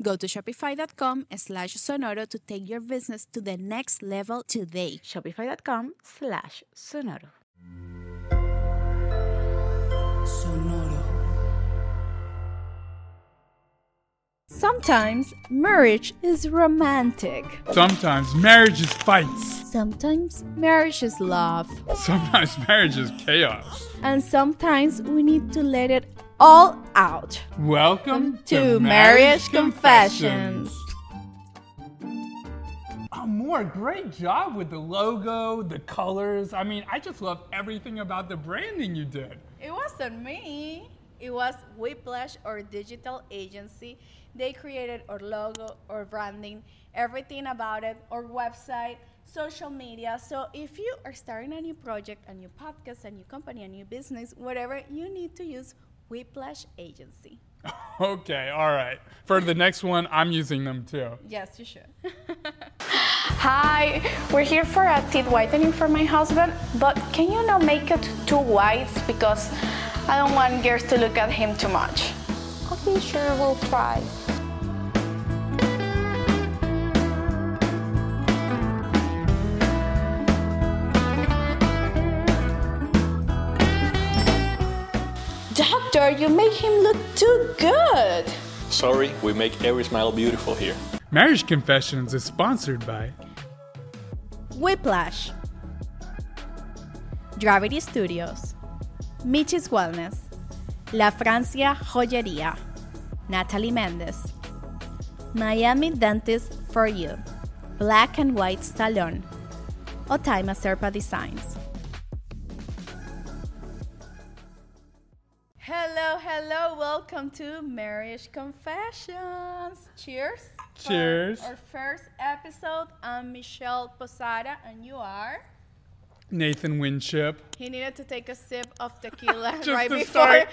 Go to shopify.com slash sonoro to take your business to the next level today. Shopify.com slash sonoro. Sometimes marriage is romantic. Sometimes marriage is fights. Sometimes marriage is love. Sometimes marriage is chaos. And sometimes we need to let it all out. Welcome To Marriage Confessions. Oh, Moore, great job with the logo, the colors. I mean, I just love everything about the branding you did. It wasn't me. It was Whiplash, our digital agency. They created our logo, our branding, everything about it, our website, social media. So if you are starting a new project, a new podcast, a new company, a new business, whatever, you need to use Whiplash Agency. Okay, all right. For the next one, I'm using them too. Yes, you should. Hi, we're here for a teeth whitening for my husband, but can you not make it too white because I don't want girls to look at him too much. Okay, sure, we'll try. Doctor, you make him look too good. Sorry, we make every smile beautiful here. Marriage Confessions is sponsored by Whiplash. Gravity Studios. Michis Wellness. La Francia Joyería. Natalie Mendes. Miami Dentist for You. Black and White Salon. Otaima Serpa Designs. hello, hello. Welcome to Marriage Confessions. Cheers. for Cheers. Our first episode. I'm Michelle Posada, and you are. Nathan Winship. He needed to take a sip of tequila Just right to before start.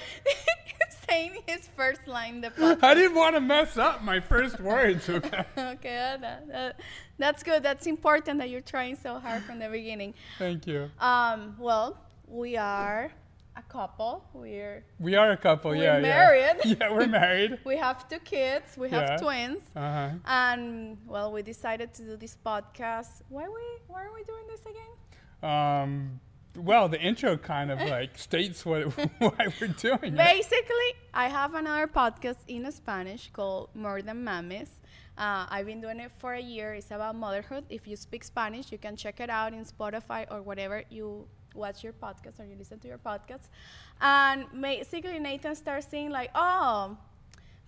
saying his first line in the podcast. I didn't want to mess up my first words, okay? Okay, that, that- that's good. That's important that you're trying so hard from the beginning. Thank you. Um, well, we are a couple. We're We are a couple, We're yeah. yeah. married. Yeah, we're married. we have two kids. We have Yeah. twins. Uh-huh. And well, we decided to do this podcast. Why we? Why are we doing this again? Um, well, the intro kind of like states what why we're doing. it. Basically, I have another podcast in Spanish called More Than Mames. Uh, I've been doing it for a year. It's about motherhood. If you speak Spanish, you can check it out in Spotify or whatever you watch your podcast or you listen to your podcasts. And basically, Nathan starts saying like, "Oh,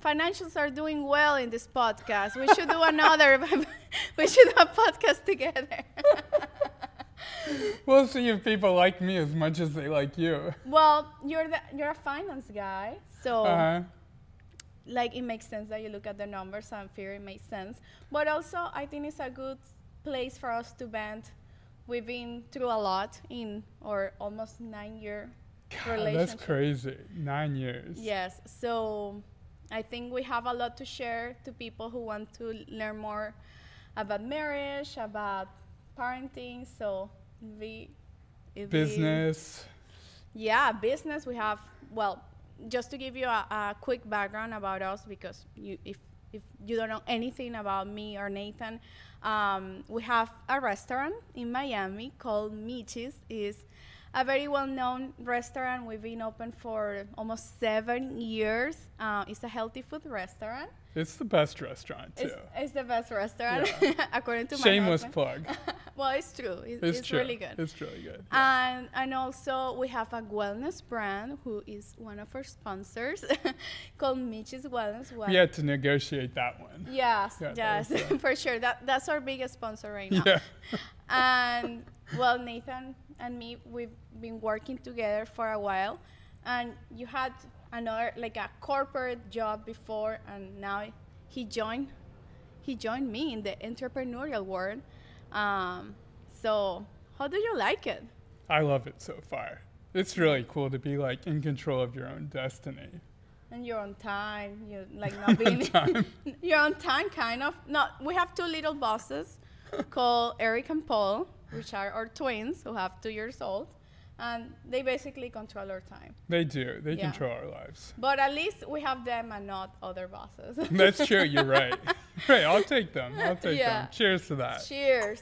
financials are doing well in this podcast. We should do another. we should do a podcast together." We'll see if people like me as much as they like you. well, you're the, you're a finance guy, so. Uh, like it makes sense that you look at the numbers and figure it makes sense. But also, I think it's a good place for us to bend. We've been through a lot in our almost nine year God, relationship. that's crazy. Nine years. Yes, so I think we have a lot to share to people who want to learn more about marriage, about parenting. So we it'd be- Business. yeah, business. We have well, just to give you a, a quick background about us, because you, if if you don't know anything about me or Nathan, um, we have a restaurant in Miami called Michis. is a very well-known restaurant. We've been open for almost seven years. Uh, it's a healthy food restaurant. It's the best restaurant too. It's, it's the best restaurant according to my Shameless husband. plug. well, it's true. It- It's, it's, true. really good. Um, It's really good. and and also we have a wellness brand who is one of our sponsors called Michi's Wellness. Well- we had to negotiate that one. Yes, Yeah, that yes, was for sure. That that's our biggest sponsor right now. Yeah. And well, Nathan and me, we've been working together for a while, and you had another like a corporate job before, and now he joined he joined me in the entrepreneurial world. Um, so how do you like it? I love it so far. It's really cool to be like in control of your own destiny. And you're on time. You're like not being. you're on time, kind of. No, we have two little bosses called Eric and Paul, which are our twins who have two years old, and they basically control our time. They do. They Yeah. control our lives. But at least we have them and not other bosses. That's true. You're right. Right. I'll take them. I'll take Yeah. them. Cheers to that. Cheers.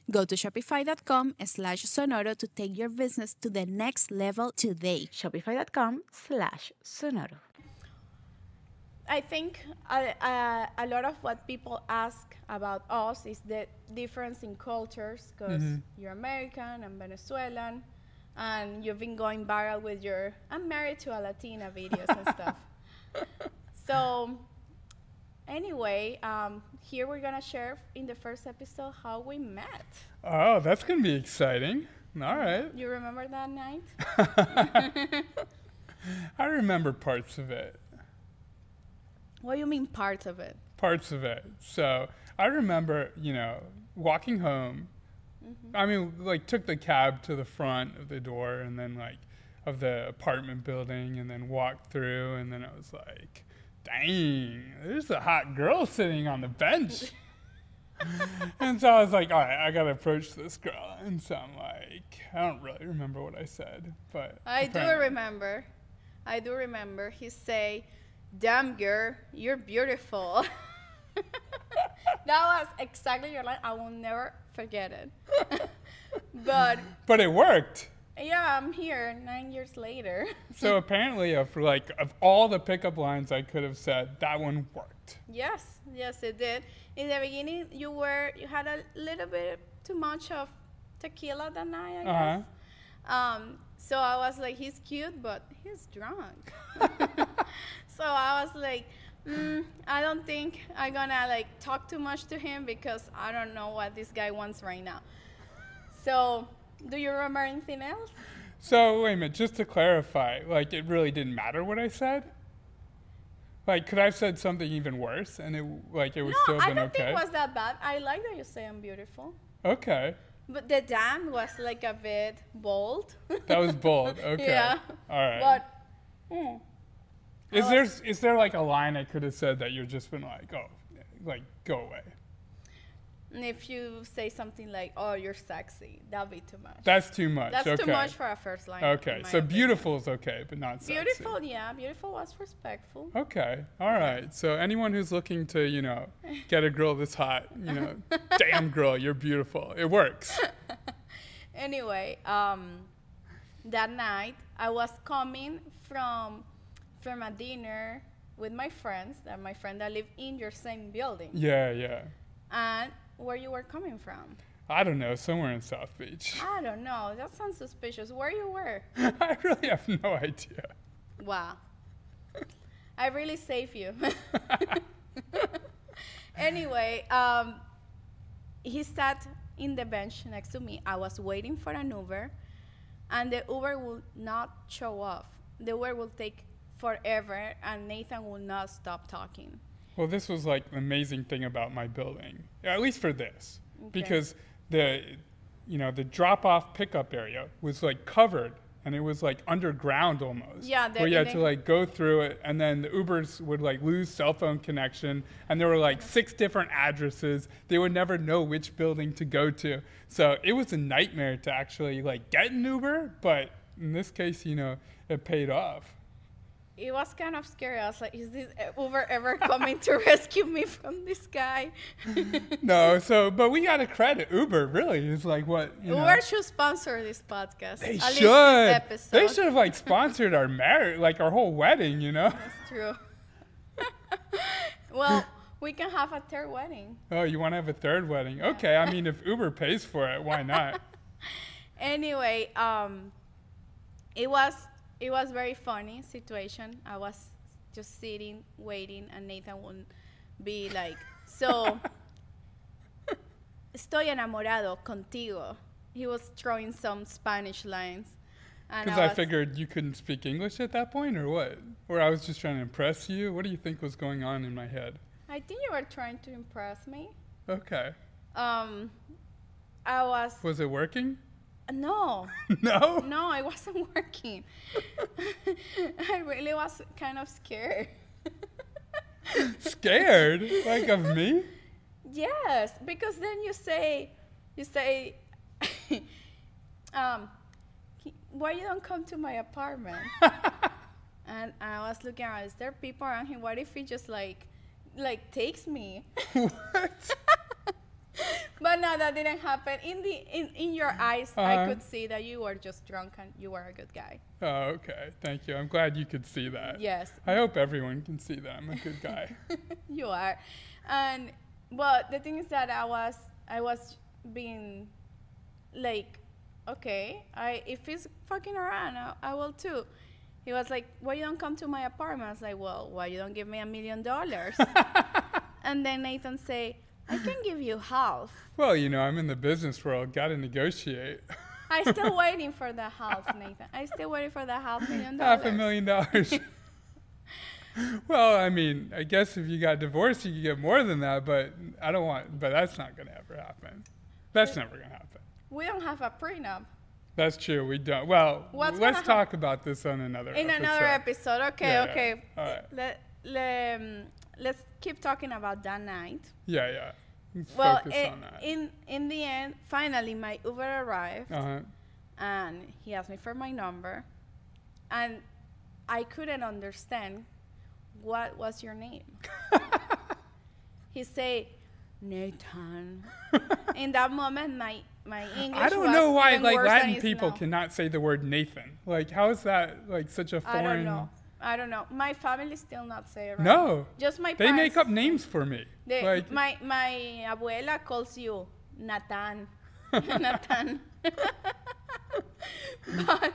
Go to shopify.com slash sonoro to take your business to the next level today. shopify.com slash sonoro. I think a, a, a lot of what people ask about us is the difference in cultures because you're American and Venezuelan, and you've been going viral with your I'm married to a Latina videos and stuff. So, anyway, um, here we're gonna share in the first episode how we met. Oh, that's going to be exciting. All right. You remember that night? I remember parts of it. What do you mean parts of it? Parts of it. So I remember, you know, walking home. Mm-hmm. I mean, like, took the cab to the front of the door and then, like, of the apartment building and then walked through. And then I was like, dang, there's a hot girl sitting on the bench. and so I was like, all right, I got to approach this girl. And so I'm like, I don't really remember what I said, but I apparently- do remember. I do remember. He say, "Damn girl, you're beautiful." that was exactly your line. I will never forget it. but But it worked. yeah, I'm here nine years later. So apparently, of like of all the pickup lines I could have said, that one worked. yes, yes, it did. In the beginning, you were you had a little bit too much of tequila that night, I Uh-huh. guess. Um, so I was like, he's cute, but he's drunk. so I was like, mm, I don't think I'm gonna like talk too much to him because I don't know what this guy wants right now. So, do you remember anything else? So wait a minute, just to clarify, like it really didn't matter what I said. Like, could I have said something even worse, and it like it would No, still have I been don't okay? think it was that bad. I like that you say I'm beautiful, okay, but the damn was like a bit bold. that was bold. Okay, Yeah. all right. but oh, is there is there like a line I could have said that you've just been like, oh, like go away? if you say something like, "Oh, you're sexy," that'll be too much. That's too much. That's okay. too much for a first line. in okay, my so opinion. beautiful is okay, but not sexy. Beautiful, yeah. Beautiful was respectful. Okay. All right. So anyone who's looking to, you know, get a girl this hot, you know, damn girl, you're beautiful. It works. Anyway, um, that night I was coming from from a dinner with my friends, that my friend that live in your same building, Yeah, yeah. and where you were coming from. I don't know, somewhere in South Beach. I don't know. That sounds suspicious. Where you were? I really have no idea. Wow. I really save you. anyway, um, he sat in the bench next to me. I was waiting for an Uber, and the Uber would not show up. The Uber will take forever, and Nathan will not stop talking. Well, this was like the amazing thing about my building, at least for this, because the you know the drop-off pickup area was like covered and it was like underground almost. Yeah, the- where you had they- to like go through it, and then the Ubers would like lose cell phone connection, and there were like six different addresses. They would never know which building to go to, so it was a nightmare to actually like get an Uber. But in this case, you know, it paid off. It was kind of scary. I was like, is this Uber ever coming to rescue me from this guy? No, so but we got to credit Uber. Really, is like what you know. Uber should sponsor this podcast. They at least this should. episode. They should have like sponsored our marriage, like our whole wedding. You know. It's true. well, we can have a third wedding. Oh, you want to have a third wedding? Okay, I mean, if Uber pays for it, why not? Anyway, um, it was it was very funny situation. I was just sitting waiting, and Nathan would be like, "So, estoy enamorado contigo." He was throwing some Spanish lines, and Because I was- figured you couldn't speak English at that point, or what? Or I was just trying to impress you. What do you think was going on in my head? I think you were trying to impress me. Okay, Um, I was was it working? no. no. No, it wasn't working. I really was kind of scared. Scared, like of me? Yes, because then you say, you say, um, "Ki- why you don't come to my apartment? and I was looking around. Is there people around here? What if he just like, like takes me? what? but no, that didn't happen. In the in, in your eyes, I Uh-huh. could see that you were just drunk and you were a good guy. Oh, okay. Thank you. I'm glad you could see that. Yes, I hope everyone can see that I'm a good guy. you are and well the thing is that i was i was being like okay i if he's fucking around i, I will too he was like why you don't come to my apartment i was like well why you don't give me a million dollars and then nathan say i can give you half well, you know, I'm in the business world. Got to negotiate. i still waiting for the half nathan i still waiting for the half million dollars half a million dollars. well, I mean, I guess if you got divorced, you could get more than that, but I don't want, but that's not going to ever happen. That's never going to happen. we don't have a prenup That's true. We don't. Well, What's gonna let's hap- talk about this on another in another episode okay Yeah, yeah. okay All right. let, let, um, let's keep talking about that night Yeah, yeah. Let's well Focus i- on that. in in the end finally my uber arrived uh-huh. and he asked me for my number and i couldn't understand what was your name he said nathan in that moment my my english I don't was know why even like worse than Latin it's people now. cannot say the word Nathan. Like how is that like such a i foreign don't know i don't know my family still not say it right. No. just my They make parents. up names for me. The, like my my abuela calls you Nathan. Nathan. but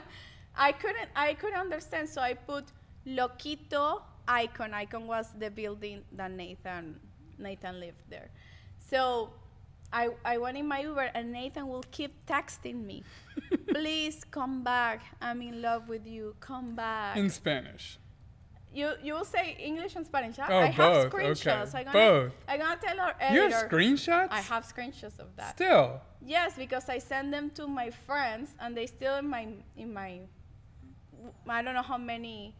I couldn't I couldn't understand, so I put Loquito Icon. Icon was the building that Nathan Nathan lived there. So I I went in my Uber and Nathan will keep texting me. Please come back. I'm in love with you. Come back. in Spanish. you you will say English and Spanish. I, Oh, I have both, okay. screenshots. I'm gonna, Both. I'm gonna tell our You editor. have screenshots? I have screenshots of that. Still. Yes, because I send them to my friends, and they still in my in my. I don't know how many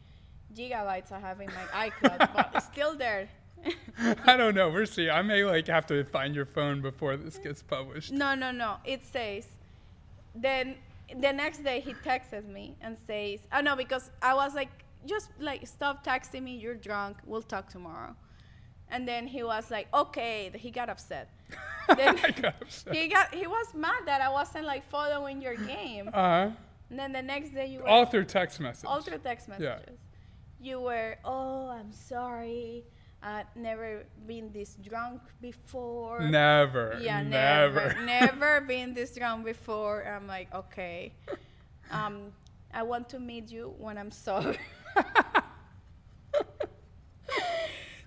gigabytes I have in my iCloud, but it's still there. I don't know. We're seeing. I may like have to find your phone before this gets published. No, no, no. It says. Then the next day he texts me and says, "Oh no," because I was like, "Just like stop texting me. You're drunk. We'll talk tomorrow." And then he was like, "Okay." He got upset. Then I got upset. he got he was mad that I wasn't like following your game. Uh huh. And then the next day you were All through text message. all through text Yeah. messages. You were, "Oh, I'm sorry. i never been this drunk before." Never. Yeah, never, Never. never been this drunk before. And I'm like, okay, um, I want to meet you when I'm sober.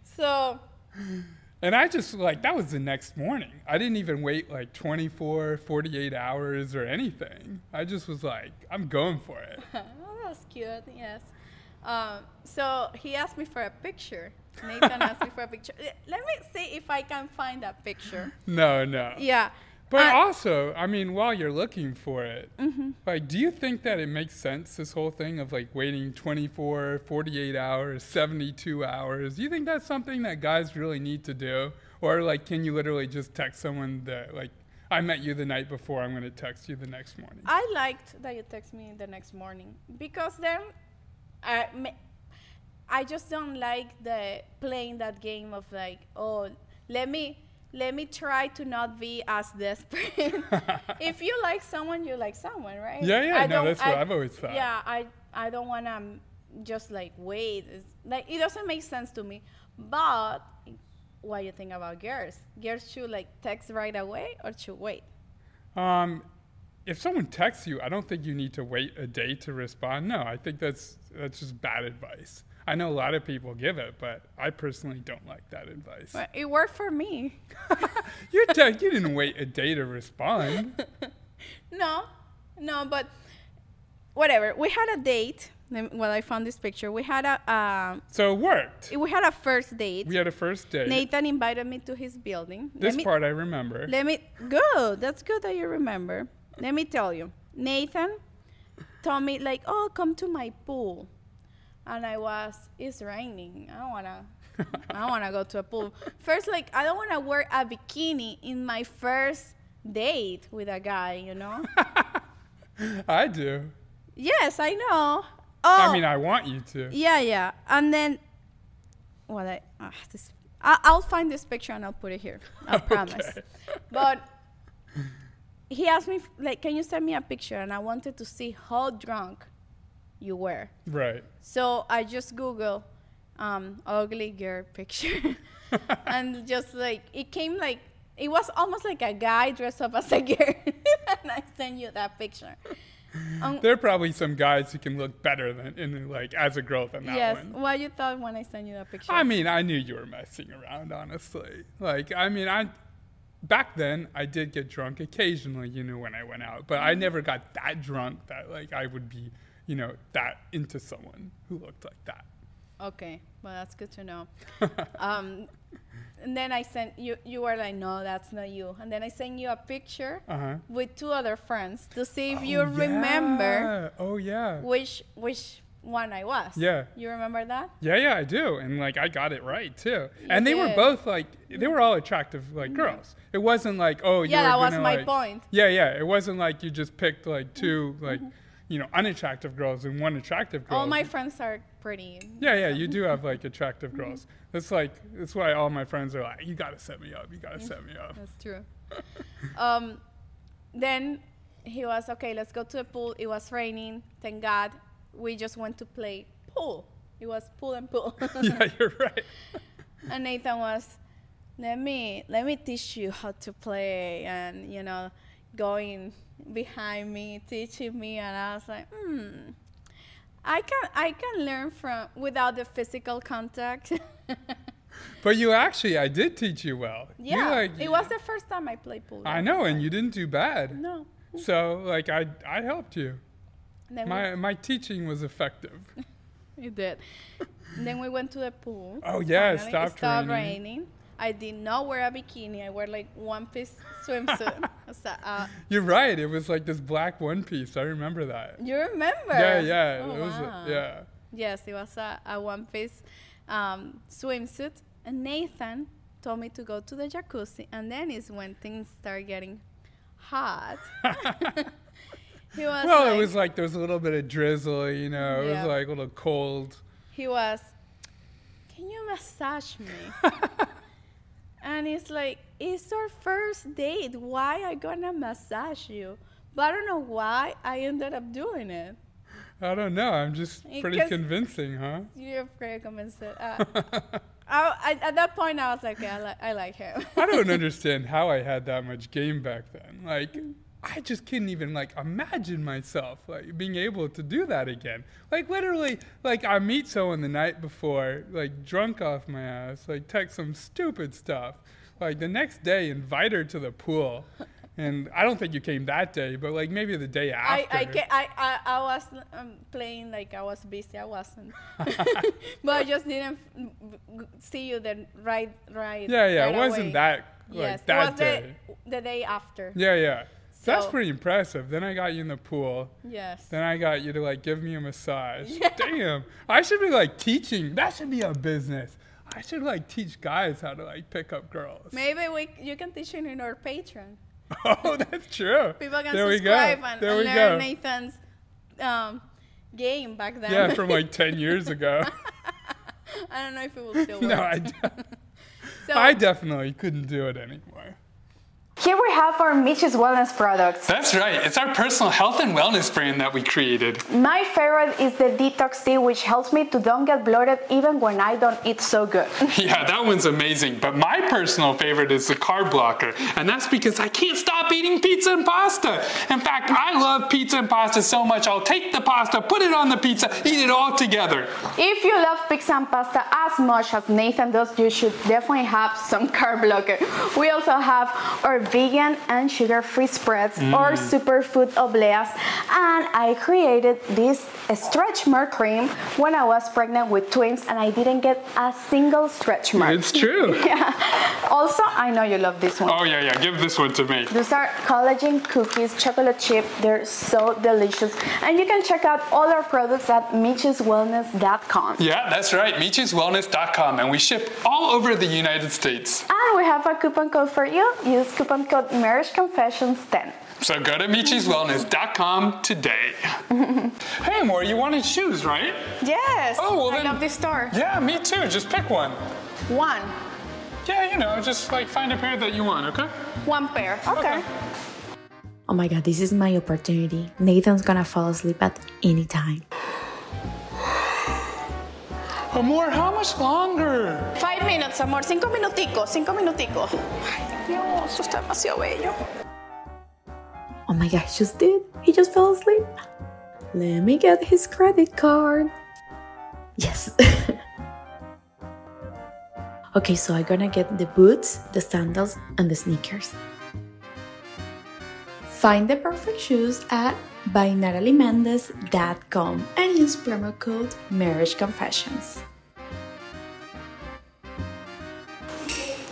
so And I just like that was the next morning. I didn't even wait like 24, 48 hours or anything. I just was like, I'm going for it. oh, that was cute. Yes, Um, so he asked me for a picture. Nathan asked me for a picture. Eh, Let me see if I can find that picture. No, no. Yeah. But Uh, also, I mean, while you're looking for it, like, do you think that it makes sense, this whole thing of like waiting 24, 48 hours, 72 hours? Do you think that's something that guys really need to do? Or like, can you literally just text someone that, like, I met you the night before, I'm going to text you the next morning? I liked that you text me the next morning because then I, ma- I just don't like the playing that game of like oh let me let me try to not be as desperate. if you like someone, you like someone, right? Yeah, yeah, I no, don't- that's what I've always thought. Yeah, I I don't want to just like wait. It's, like it doesn't make sense to me. But what you think about girls? Girls should like text right away or should wait? Um, if someone texts you, I don't think you need to wait a day to respond. No, I think that's that's just bad advice. I know a lot of people give it, but I personally don't like that advice. But it worked for me. You te- you didn't wait a day to respond. No, no, but whatever. We had a date. Lem- Well, I found this picture. We had a um, So it worked. we had a first date. We had a first date. Nathan invited me to his building. this let me, part I remember. Let me. Good. That's good that you remember. Let me tell you. Nathan told me like, "Oh, come to my pool," and I was. It's raining. I don't wanna. I don't wanna go to a pool. First, like, I don't wanna wear a bikini in my first date with a guy. You know. I do. Yes, I know. Oh, I mean, I want you to. yeah, yeah. And then, what I, ah, this, I, I'll find this picture and I'll put it here. I promise. But he asked me, f- like, can you send me a picture? And I wanted to see how drunk you were. Right. So I just Google um, ugly girl picture. and just like, it came like, it was almost like a guy dressed up as a girl. and I sent you that picture. There are probably some guys who can look better than in like as a girl than that yes. one. What you thought when I sent you that picture? I mean, I knew you were messing around, honestly. Like, I mean, I back then I did get drunk occasionally, you know, when I went out, but I Mm-hmm. never got that drunk that like I would be, you know, that into someone who looked like that. okay. Well, that's good to know. um, and then I sent you. You were like, "No, that's not you." And then I sent you a picture Uh-huh. with two other friends to see if you Oh, remember yeah. Oh yeah. which which one I was. Yeah. You remember that? Yeah, yeah, I do. And like I got it right too. and they were did. Mm-hmm. both like they were all attractive like girls. It wasn't like, oh, you Yeah, were that was gonna, my like- point. Mm-hmm. Yeah, yeah. It wasn't like you just picked like two like you know, unattractive girls and one attractive girl. All my Mm-hmm. friends are pretty. Yeah, yeah, you do have like attractive girls. That's like that's why all my friends are like, you gotta set me up, you gotta set me up. That's true. um, then he was okay. Let's go to the pool. It was raining. Thank God. We just went to play pool. It was pool and pool. yeah, you're right. and Nathan was, let me let me teach you how to play, and you know, going behind me teaching me, and I was like, hmm, I can I can learn from without the physical contact. But you actually, I did teach you well. You, yeah, like- it was the first time I played pool. I know, and you didn't do bad. No, So like I, I helped you. then My my teaching was effective. we, you did. then we went to the pool. Oh yeah, it Finally, stopped, raining. raining. I did not wear a bikini. I wore like one piece swimsuit. so, uh, You're right. It was like this black one piece. I remember that. you remember? Yeah, yeah. Oh, it was wow. yeah. Yes, it was a, a one piece um, swimsuit. And Nathan told me to go to the jacuzzi. And then is when things start getting hot. he was Well, like, it was like there was a little bit of drizzle, you know. It Yeah. was like a little cold. he was, Can you massage me? and it's like, It's our first date. Why I gonna massage you? But I don't know why I ended up doing it. I don't know. I'm just It pretty gets- convincing, huh? You're pretty convinced. Uh, I, I, at that point, I was like, okay, I, li- I like him. I don't understand how I had that much game back then. Like, I just couldn't even like imagine myself like being able to do that again. Like literally, like I meet someone the night before, like drunk off my ass, like text some stupid stuff. Like the next day, invite her to the pool, And I don't think you came that day, but like maybe the day I, after. I, ca- I, I, I was um, playing like I was busy. I wasn't, but I just didn't f- see you the right right. yeah, yeah, right it wasn't away. that like yes, that it was day. The, the day after. Yeah, yeah. So that's So- pretty impressive. Then I got you in the pool. Yes. Then I got you to like give me a massage. Damn. I should be like teaching. That should be a business. I should like teach guys how to like pick up girls. Maybe we c- you can teach it in our Patreon. Oh, that's true. People can there we go. subscribe and, there and we learn go. Nathan's um, game back then. Yeah, from like 10 years ago. I don't know if it will still work. no, I, de- so, I definitely couldn't do it anymore. Here we have our Michi's Wellness products. That's right. It's our personal health and wellness brand that we created. My favorite is the detox tea, which helps me to don't get bloated even when I don't eat so good. Yeah, that one's amazing. But my personal favorite is the carb blocker, and that's because I can't stop eating pizza and pasta. In fact, I love pizza and pasta so much, I'll take the pasta, put it on the pizza, eat it all together. If you love pizza and pasta as much as Nathan does, you should definitely have some carb blocker. We also have our vegan and sugar-free spreads, our superfood obleas, and I created this stretch mark cream when I was pregnant with twins and I didn't get a single stretch mark. true. Also, I know you love this one. Oh, yeah, yeah, give this one to me. These are collagen cookies, chocolate chip. They're so delicious. And you can check out all our products at micheswellness.com. Yeah, that's right, MeechesWellness.com, and we ship all over the United States. And we have a coupon code for you. Use coupon code Marriage Confessions 10. So go to MeechesWellness.com today. hey, Amor, you wanted shoes, right? yes. Oh, well I then- love this store. Yeah, me too. Just pick one. One. Yeah, you know, just like find a pair that you want, okay? One pair. okay. Oh my god, this is my opportunity. Nathan's gonna fall asleep at any time. Amor, how much longer? Five minutes, amor. Cinco minutico. Cinco minutico. Ay, Dios, esto está demasiado bello. Oh my gosh, just did. He just fell asleep. Let me get his credit card. Yes. okay, so I'm gonna get the boots, the sandals, and the sneakers. Find the perfect shoes at bynataliemendez.com and use promo code Marriage Confessions.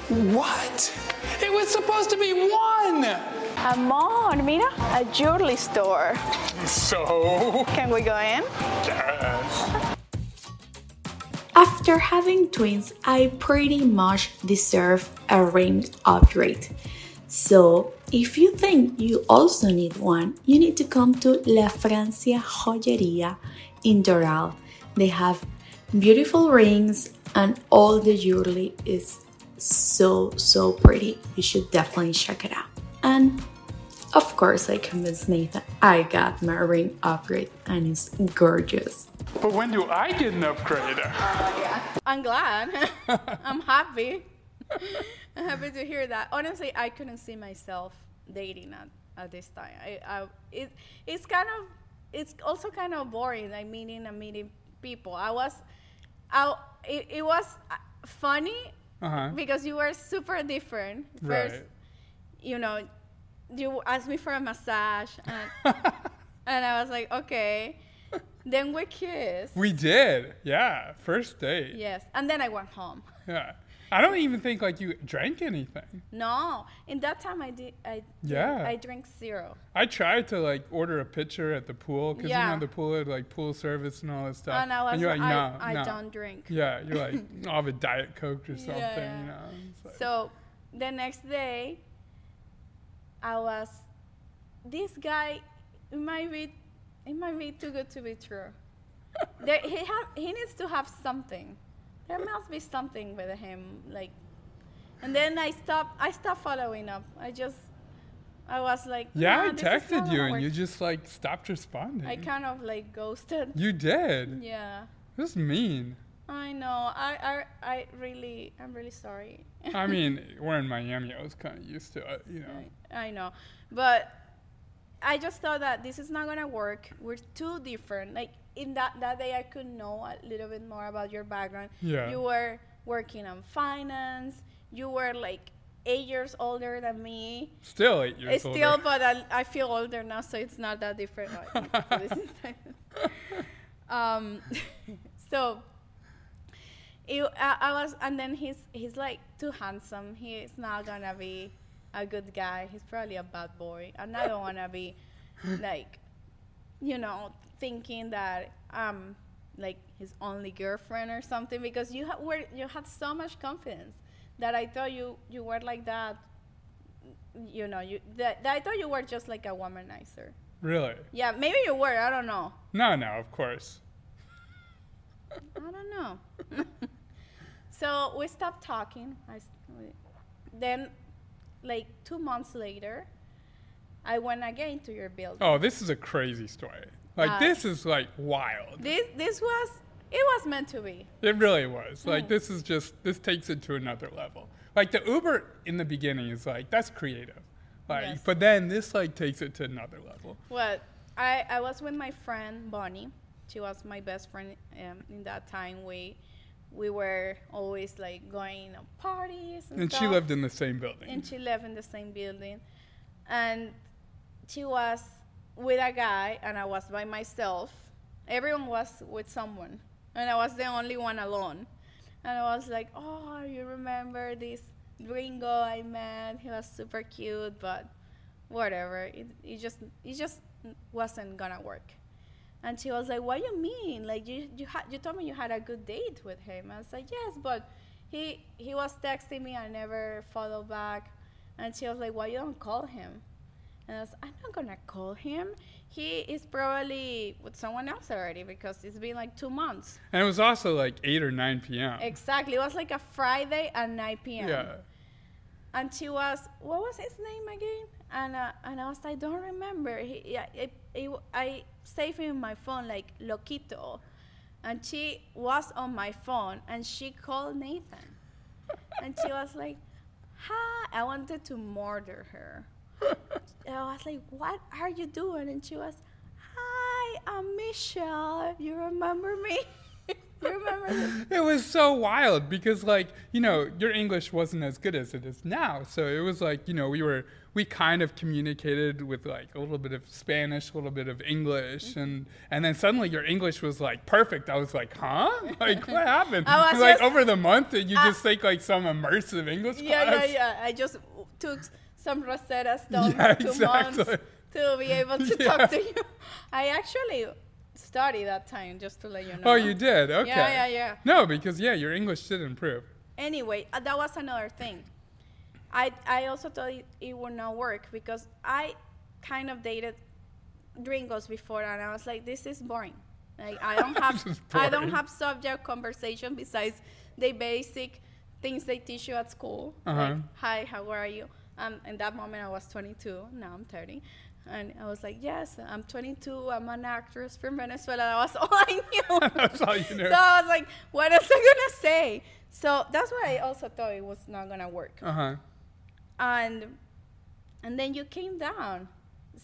What? It was supposed to be one! Amor, mira. A jewelry store. So. Can we go in? Yes. After having twins, I pretty much deserve a ring upgrade. So, if you think you also need one, you need to come to La Francia Joyería in Doral. They have beautiful rings and all the jewelry is so so pretty. You should definitely check it out. And of course, I convinced Nathan I got my ring upgrade and it's gorgeous. But when do I get an upgrade? I'm glad. I'm happy. I'm happy to hear that. Honestly, I couldn't see myself dating at, at this time. I, I, it, it's kind of, it's also kind of boring, like meeting and meeting people. I was, I, it, it was uh, funny Uh-huh. because you were super different. First, Right. you know, you asked me for a massage, and, and I was like, okay. Then we kissed. We did. Yeah, first date. Yes, and then I went home. Yeah. I don't even think like you drank anything. No, in that time I did. I Yeah. I drank zero. I tried to like order a pitcher at the pool because Yeah. you know the pool had like pool service Oh. and all that stuff. and I was you're like, like, no, I, I no. don't drink. Yeah, you're like, I'll have a diet coke or something. yeah. You know. It's like- So the next day, I was. This guy, it might be, it might be too good to be true. there, he ha- he needs to have something. There must be something with him, like. And then I stopped. I stopped following up. I just, I was like. yeah, I "Nah, this is not texted you gonna and you work." just like stopped responding. I Mm. kind of like ghosted. You did. Yeah. This is mean. I know. I, I, I really, I'm really sorry. I mean, we're in Miami. I was kind of used to it, you know. I know, but I just thought that this is not gonna work. We're too different. Like in that that day, I could know a little bit more about your background. Yeah. You were working on finance. You were like eight years older than me. Still eight years It's still, older. but I, I feel older now, so it's not that different. um, so it, I, I was, and then he's he's like too handsome. He's not gonna be a good guy. He's probably a bad boy, and I don't wanna be like, you know, thinking that um like his only girlfriend or something because you ha- were you had so much confidence that I thought you you were like that you know, you that, that I thought you were just like a womanizer. really? Yeah, maybe you were. I don't know. No, no, of course. I don't know. so we stopped talking. I, s- we- then, like two months later, I went again to your building. Oh, this is a crazy story. Like Uh, this is like wild. This this was it was meant to be. It really was. Mm. Like this is just this takes it to another level. Like the Uber in the beginning is like that's creative. Like Yes. but then this like takes it to another level. Well, I, I was with my friend Bonnie. She was my best friend um, in that time. We we were always like going on parties and, And she stuff. lived in the same building. and she lived in the same building and she was with a guy and i was by myself everyone was with someone and i was the only one alone and i was like oh you remember this gringo i met he was super cute but whatever it, it just it just wasn't gonna work and she was like, "What you mean? Like you you had you told me you had a good date with him." I was like, "Yes, but he he was texting me. I never followed back." And she was like, "Why you don't call him?" And I was, "I'm not gonna call him. He is probably with someone else already because it's been like two months. And it was also like eight or nine PM. Exactly. It was like a Friday at 9 p.m. yeah. and she was what was his name again and uh, and i was like don't remember he, yeah, it, it, i saved him in my phone like loquito and she was on my phone and she called nathan and she was like hi i wanted to murder her and i was like what are you doing and she was hi i'm michelle you remember me you remember me It was so wild because like, you know, your English wasn't as good as it is now. So it was like, you know, we were we kind of communicated with like a little bit of Spanish, a little bit of English Mm-hmm. and and then suddenly your English was like perfect. I was like, "Huh? Like what happened?" Oh, I was like just- over the month you I- just take like some immersive English Yeah, yeah, class. yeah. I just w- took some Rosetta Stone Yeah, two exactly. months to be able to Yeah. talk to you. I actually studied that time, just to let you know. Oh, you did. Okay. yeah, yeah. No, because yeah, your English did improve. Anyway, uh, that was another thing. I I also thought it, it would not work because I kind of dated gringos before, and I was like, this is boring. Like I don't This is have I don't boring. have subject conversation besides the basic things they teach you at school. Uh-huh. Like, hi, how are you? Um, in that moment, I was 22. Now I'm 30. And I was like, yes, I'm 22. I'm an actress from Venezuela. That was all I knew. That's all you knew. So I was like, what else I gonna say? So that's why I also thought it was not gonna work. Uh-huh. And and then you came down.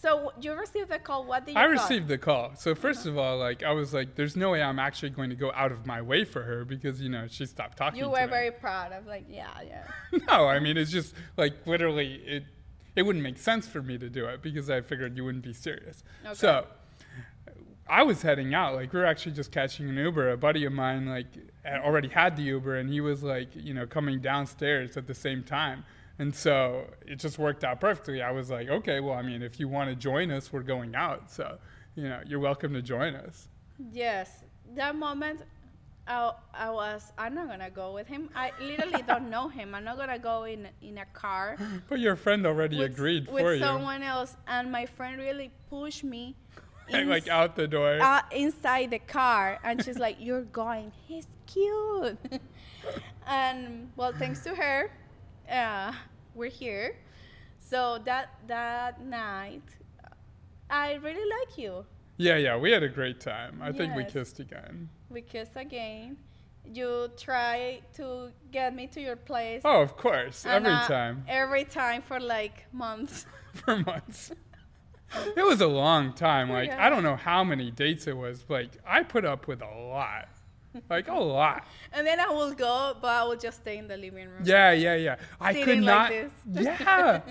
So you received the call. What did you? I thought? received the call. So 1st of all, like I was like, there's no way I'm actually going to go out of my way for her because you know she stopped talking. You to were me. very proud. I'm like, yeah, yeah. no, I mean it's just like literally it. It wouldn't make sense for me to do it because I figured you wouldn't be serious. So I was heading out. Like we were actually just catching an Uber. A buddy of mine like had already had the Uber, and he was like you know coming downstairs at the same time. And so it just worked out perfectly. I was like, okay, well, I mean, if you want to join us, we're going out. So, you know, you're welcome to join us. Yes, that moment, I, I was. I'm not gonna go with him. I literally don't know him. I'm not gonna go in in a car. But your friend already with, agreed with for you. someone else, and my friend really pushed me. like ins- out the door. uh, inside the car and she's like you're going he's cute and well thanks to her uh, we're here so that that night i really like you yeah, yeah, we had a great time. I think we Yes. kissed again. we kissed again you try to get me to your place Oh, of course, and, every uh, time every time for like months for months. it was a long time. Like Yeah. I don't know how many dates it was. Like I put up with a lot. like a lot. And then I will go, but I will just stay in the living room. Yeah, yeah, yeah. I could Sitting not. like this. Yeah,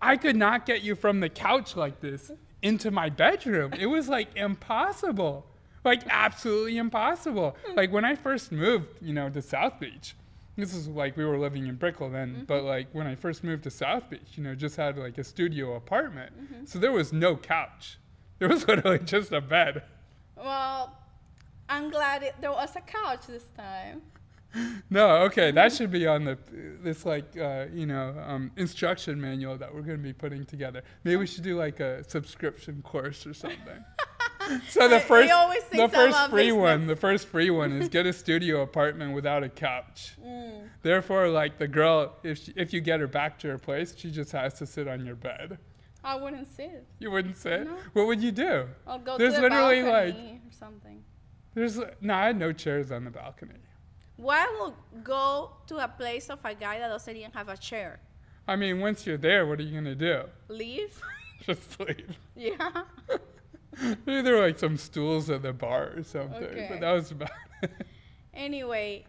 I could not get you from the couch like this into my bedroom. It was like impossible, like absolutely impossible. Like when I first moved, you know, to South Beach. This is like we were living in Brickell then, Mm-hmm. but like when I first moved to South Beach, you know, just had like a studio apartment. Mm-hmm. So there was no couch. There was literally just a bed. Well, I'm glad it, there was a couch this time. No, okay, that should be on the this like uh, you know um, instruction manual that we're going to be putting together. Maybe we should do like a subscription course or something. so They- the they first always think the so first about free one, business. the first free one is get a studio apartment without a couch. Mm. Therefore, like the girl, if she, if you get her back to her place, she just has to sit on your bed. I wouldn't sit. You wouldn't sit. What would you do? I'll go There's to the literally like balcony or something. there's no, I had no chairs on the balcony. Why will go to a place of a guy that doesn't even have a chair? I mean, once you're there, what are you gonna do? Leave? Just leave. yeah. Maybe there were like some stools at the bar or something, Okay. but that was about it. Anyway,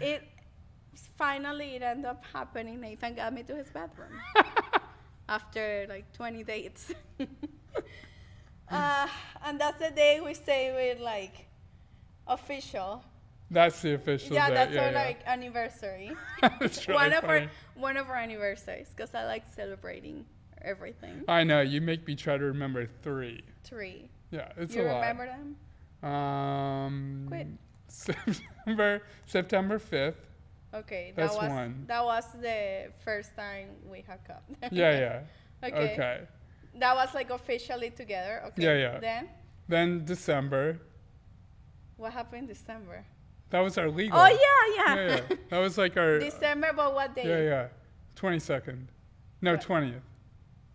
it finally it ended up happening. Nathan got me to his bedroom after like 20 dates. uh, and that's the day we say we're like official. That's the official. yeah, day. that's yeah, our yeah. like anniversary. It's really one of our funny. one of our anniversaries because I like celebrating everything. I know you make me try to remember three. Three. Yeah, it's you a lot. remember them? Um, Quit. September September fifth. Okay, That's that was one. that was the first time we hooked up. Yeah, yeah. Okay. okay. That was like officially together. Okay. Yeah, yeah. Then Then December. what happened in December? That was our legal. Oh yeah, yeah. yeah, yeah. That was like our. December, but what day? Yeah, yeah. Twenty second. No, twentieth.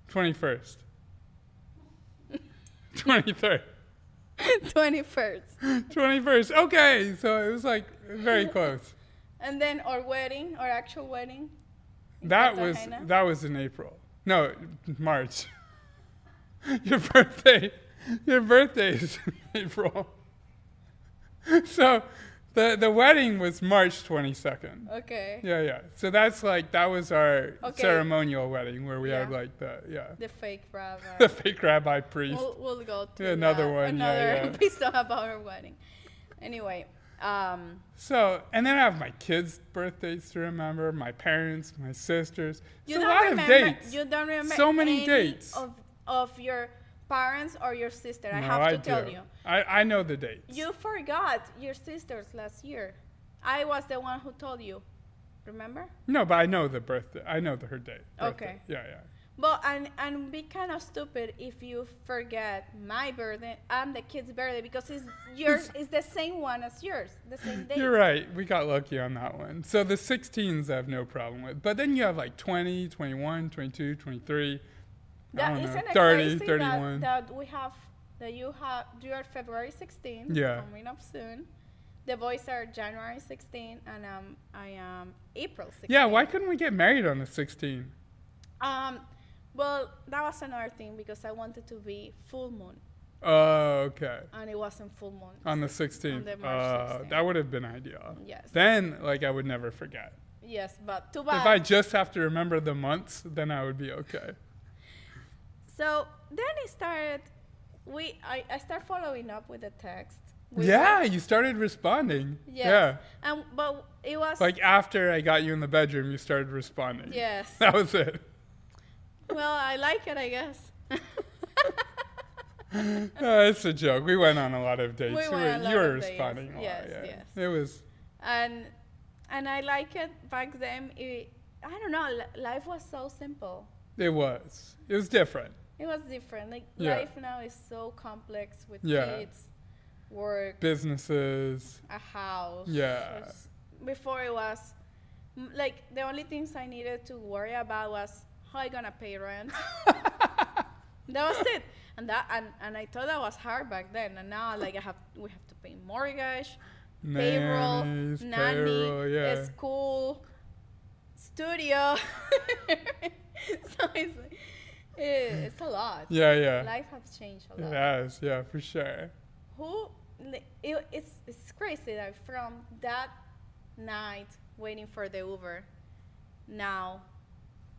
Twenty first. Twenty third. Twenty first. Twenty first. Okay, so it was like very close. And then our wedding, our actual wedding. That was Cartagena? that was in April. No, March. your birthday, your birthday is in April. so, the the wedding was March twenty second. Okay. Yeah, yeah. So that's like that was our Oh. Okay. ceremonial wedding where we had Yeah. like the yeah The fake brother. the fake rabbi priest. We'll, we'll go to Yeah, another that- one, yeah, Another yeah. episode about our wedding. Anyway, um, So, and then I have my kids' birthdays to remember, my parents, my sisters. It's you a don't lot remember. of dates. You don't remember So many any dates. of of your parents or your sister. I No, have to tell do. you. I, I know the dates. You forgot your sisters last year. I was the one who told you. Remember? No, but I know the birthday. I know the, her date. birthday. Okay. Yeah, yeah. But and and be kind of stupid if you forget my birthday and the kid's birthday because it's yours is the same one as yours, the same day. You're right. We got lucky on that one. So the 16s I have no problem with. But then you have like 20, 21, 22, 23. I That don't know, isn't it 30, crazy 31. That, that we have that you have you are February 16th Yeah. coming up soon. The boys are January 16th and um I am April 16th. yeah, why couldn't we get married on the 16? Um well that was another thing because I wanted to be full moon Oh, okay. and it wasn't full moon. On the 16th. the March Uh, 16th. that would have been ideal. Yes. Uh, Then, like, I would never forget. yes, but too If I bad. just have to remember the months, then I would be okay. so then I started we I, I start following up with the text. with yeah, the- you started responding. Yes. Yeah. And but it was Like after I got you in the bedroom, you started responding. Yes. That was it. well, I like it, I guess. Uh, it's a joke. We went on a lot of dates. We went you were, on a lot you were of dates. responding a lot. Yes, yeah. yes. It was. and and I like it back then. It, I don't know. li- Life was so simple. It was. It was different. It was different. Like Yeah. life now is so complex with Yeah. kids, work, Businesses. a house. Yeah. It's- Before it was m- like the only things I needed to worry about was how I gonna pay rent. that was it. And that and, and I thought that was hard back then. And now like I have we have to pay mortgage. payroll, nannies, nanny, payroll, yeah. school, studio. so it's, like- it- it's a lot. yeah, yeah. Life has changed a It lot. has. Yeah, for sure. Who li- it, it's, it's crazy that from that night waiting for the Uber, now,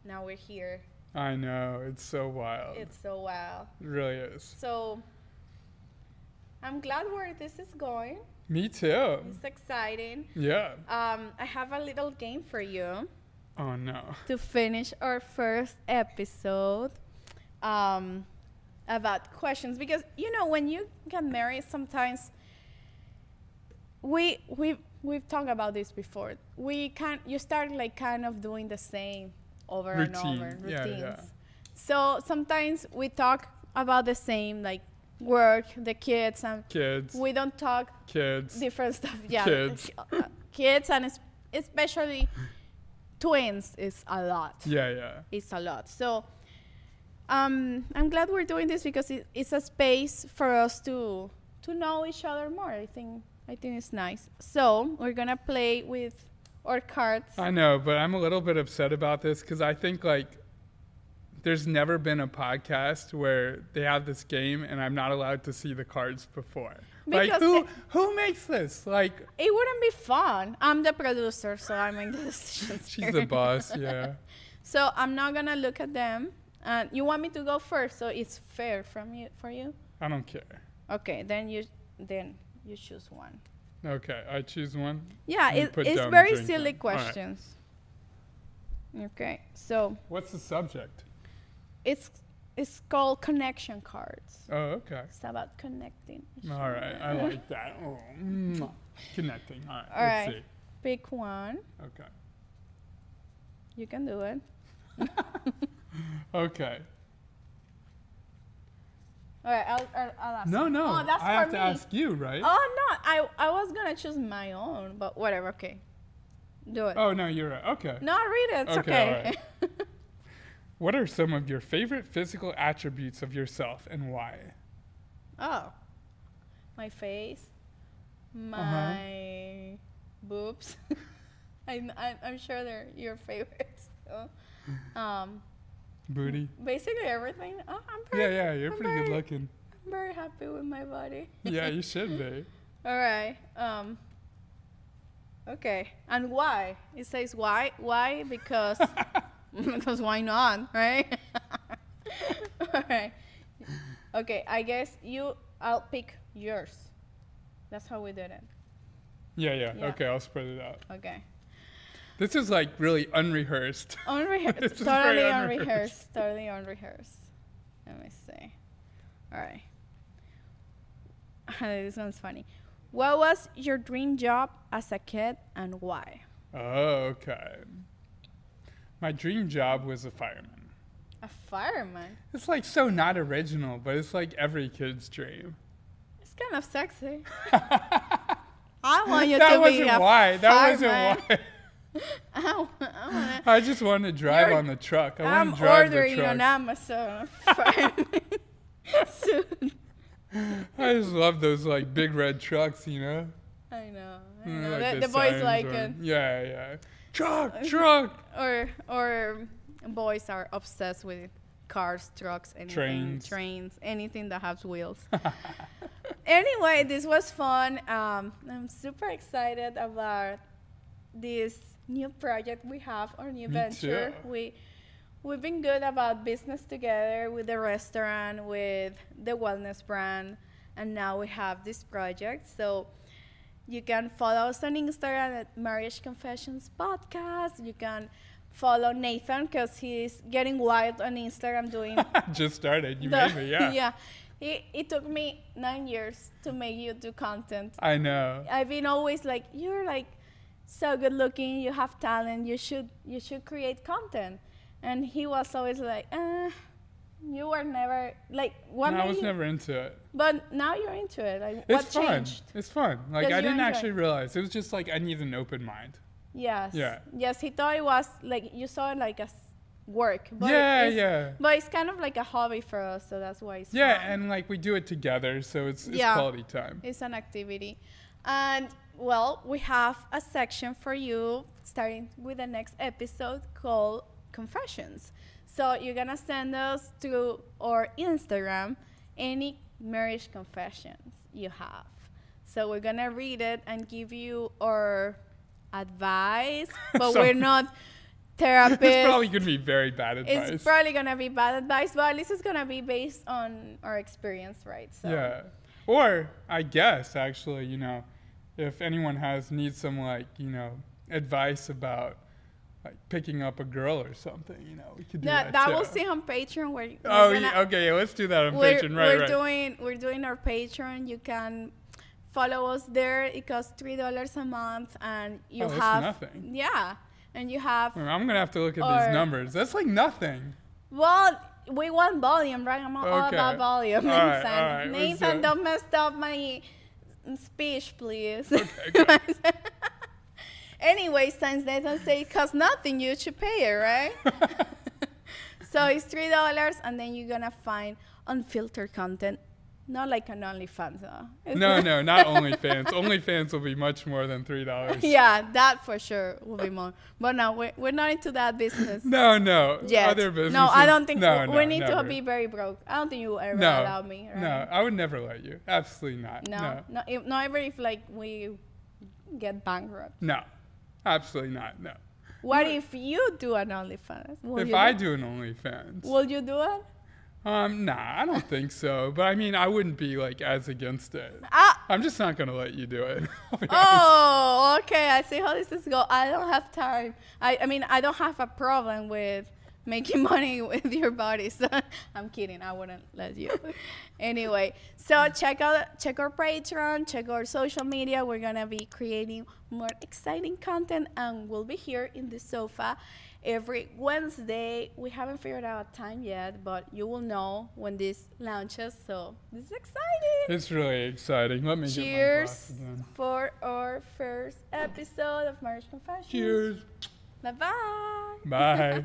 now we're here. I know. It's so wild. It's so wild. it really is. So I'm glad where this is going. Me too. It's exciting. Yeah. Um, I have a little game for you Oh no. to finish our first episode um, about questions because you know when you get married sometimes we we we've talked about this before we can you start like kind of doing the same over and over Routine, yeah, routines yeah. so sometimes we talk about the same like work the kids and Kids. we don't talk kids. different stuff. Yeah, Kids. Uh, kids, and es- especially twins is a lot. yeah, yeah. It's a lot. So um, I'm glad we're doing this because it, it's a space for us to to know each other more. I think I think it's nice. So we're gonna play with our cards. I know, but I'm a little bit upset about this because I think like there's never been a podcast where they have this game and I'm not allowed to see the cards before. like Because who they- who makes this? Like It wouldn't be fun. I'm the producer, so I make the decisions. she's here. the boss, yeah. So I'm not gonna look at them. And you want me to go first, so it's fair from you for you. I don't care. Okay, then you then you choose one. Okay, I choose one. Yeah, You it, put it's down very drink silly then. All right. questions. Okay, so What's the subject? it's it's called connection cards. Oh, okay. It's about connecting. each All right, I other. like that. Oh, mwah. connecting. All right, All let's right. Pick one. see. Okay. You can do it. Okay. All right, I'll, I'll, I'll ask. No, you. no. Oh, that's I for have me. to ask you, right? Oh no, I I was gonna choose my own, but whatever. Okay, do it. Oh, no, you're right. Okay. No, read it. It's Okay, all okay. What are some of your favorite physical attributes of yourself and why? oh, my face, Uh-huh. my boobs. I'm, I'm I'm sure they're your favorites. So. Um, Booty. basically everything. Oh, I'm pretty, Yeah, yeah, you're I'm pretty good very- looking. I'm very happy with my body. Yeah, you should be. All right. Um. Okay. And why? It says why? Why? Because because why not? Right. All right. Okay. I guess you. I'll pick yours. That's how we did it. Yeah, yeah. Yeah. Okay, I'll spread it out. Okay. This is like really unrehearsed. This Unrehearsed. is very totally unrehearsed. unrehearsed. Totally unrehearsed. Let me see. All right. this one's funny. What was your dream job as a kid and why? Oh, okay. My dream job was a fireman. A fireman. It's like so not original, but it's like every kid's dream. It's kind of sexy. I want you that to be wasn't a why. That fireman. wasn't why. I, w- I wanna, I just want to drive You're- on the truck. I I'm want to drive the ordering truck. on Amazon a fireman suit. I just love those like big red trucks, you know. I know. I Mm, know. like the, the boys signs like or- it. Yeah, yeah. Truck, truck. or or boys are obsessed with cars, trucks, anything, Trains. trains, anything that has wheels. anyway, this was fun. Um, I'm super excited about this new project we have, our new Me venture. too. We we've been good about business together with the restaurant, with the wellness brand, and now we have this project. So. You can follow us on Instagram at Marriage Confessions Podcast. You can follow Nathan because he's getting wild on Instagram doing. just started. You the- made me. Yeah. yeah. It, it took me nine years to make you do content. I know. I've been always like, you're like so good looking. You have talent. You should you should create content. And he was always like, uh, you were never like one. No, I day was you- never into it. But now you're into it. Like, It's what fun. changed? It's fun. Like That I you didn't enjoy. actually realize. It was just like I need an open mind. Yes. Yeah. Yes, he thought it was like you saw it like as work. But Yeah, it's, yeah. But it's kind of like a hobby for us, so that's why it's Yeah, fun. and like we do it together, so it's, it's Yeah. quality time. it's an activity. And well, we have a section for you starting with the next episode called Confessions. So you're gonna send us to our Instagram any marriage confessions you have. So we're gonna read it and give you our advice, but we're not therapists. It's probably going to be very bad advice. It's probably gonna be bad advice, but at least it's gonna be based on our experience, right? So Yeah. Or I guess actually, you know, if anyone has needs some like, you know, advice about like picking up a girl or something, you know, we could do No, that. that too. we'll see on Patreon where we're Oh, gonna- yeah, okay. Yeah, let's do that on we're, Patreon. Right, we're right. doing we're doing our Patreon. You can follow us there. It costs three dollars a month, and you Oh, that's have nothing. yeah, and you have I'm gonna have to look at Or- these numbers. That's like nothing. well. We want volume, right? I'm all Okay. about volume. All right, Nathan, all right, let's do Nathan it. don't mess up my speech, please. anyway, since Nathan said it costs nothing, you should pay it, right? So it's three dollars, and then you're gonna find unfiltered content, not like an OnlyFans. Though. It's No, not- no, not OnlyFans. OnlyFans will be much more than three dollars. yeah, that for sure will be more. But no, we're, we're not into that business. No, no. yet. Other businesses. No, I don't think No, we, no, we need never. to be very broke. I don't think you will ever No, allow me. Right? no, I would never let you. Absolutely not. no, no. no, if, not ever if like we get bankrupt. No, absolutely not. No. What if you do an OnlyFans? Will if you I do, do an OnlyFans, will you do it? um, nah, I don't think so. But I mean, I wouldn't be like as against it. Ah. I'm just not gonna let you do it. I'll be honest. Oh, okay. I see how this is going. I don't have time. I, I mean, I don't have a problem with making money with your body. So I'm kidding. I wouldn't let you. anyway, so check out check our Patreon, check our social media. We're gonna be creating more exciting content, and we'll be here in the sofa every Wednesday. We haven't figured out a time yet, but you will know when this launches. So this is exciting. It's really exciting. Let me get my glass Cheers again. for our first episode of Marriage Confessions. Cheers. Bye bye. Bye.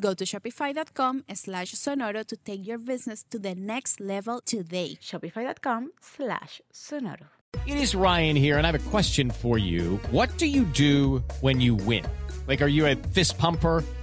Go to shopify.com slash sonoro to take your business to the next level today. shopify.com slash sonoro. It is Ryan here, and I have a question for you. What do you do when you win? Like, are you a fist pumper?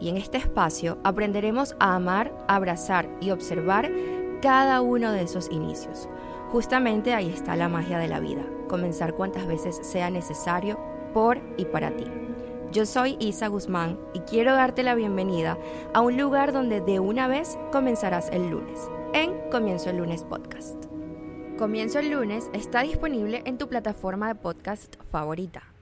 y en este espacio aprenderemos a amar, abrazar y observar cada uno de esos inicios. Justamente ahí está la magia de la vida, comenzar cuantas veces sea necesario por y para ti. Yo soy Isa Guzmán y quiero darte la bienvenida a un lugar donde de una vez comenzarás el lunes, en Comienzo el lunes podcast. Comienzo el lunes está disponible en tu plataforma de podcast favorita.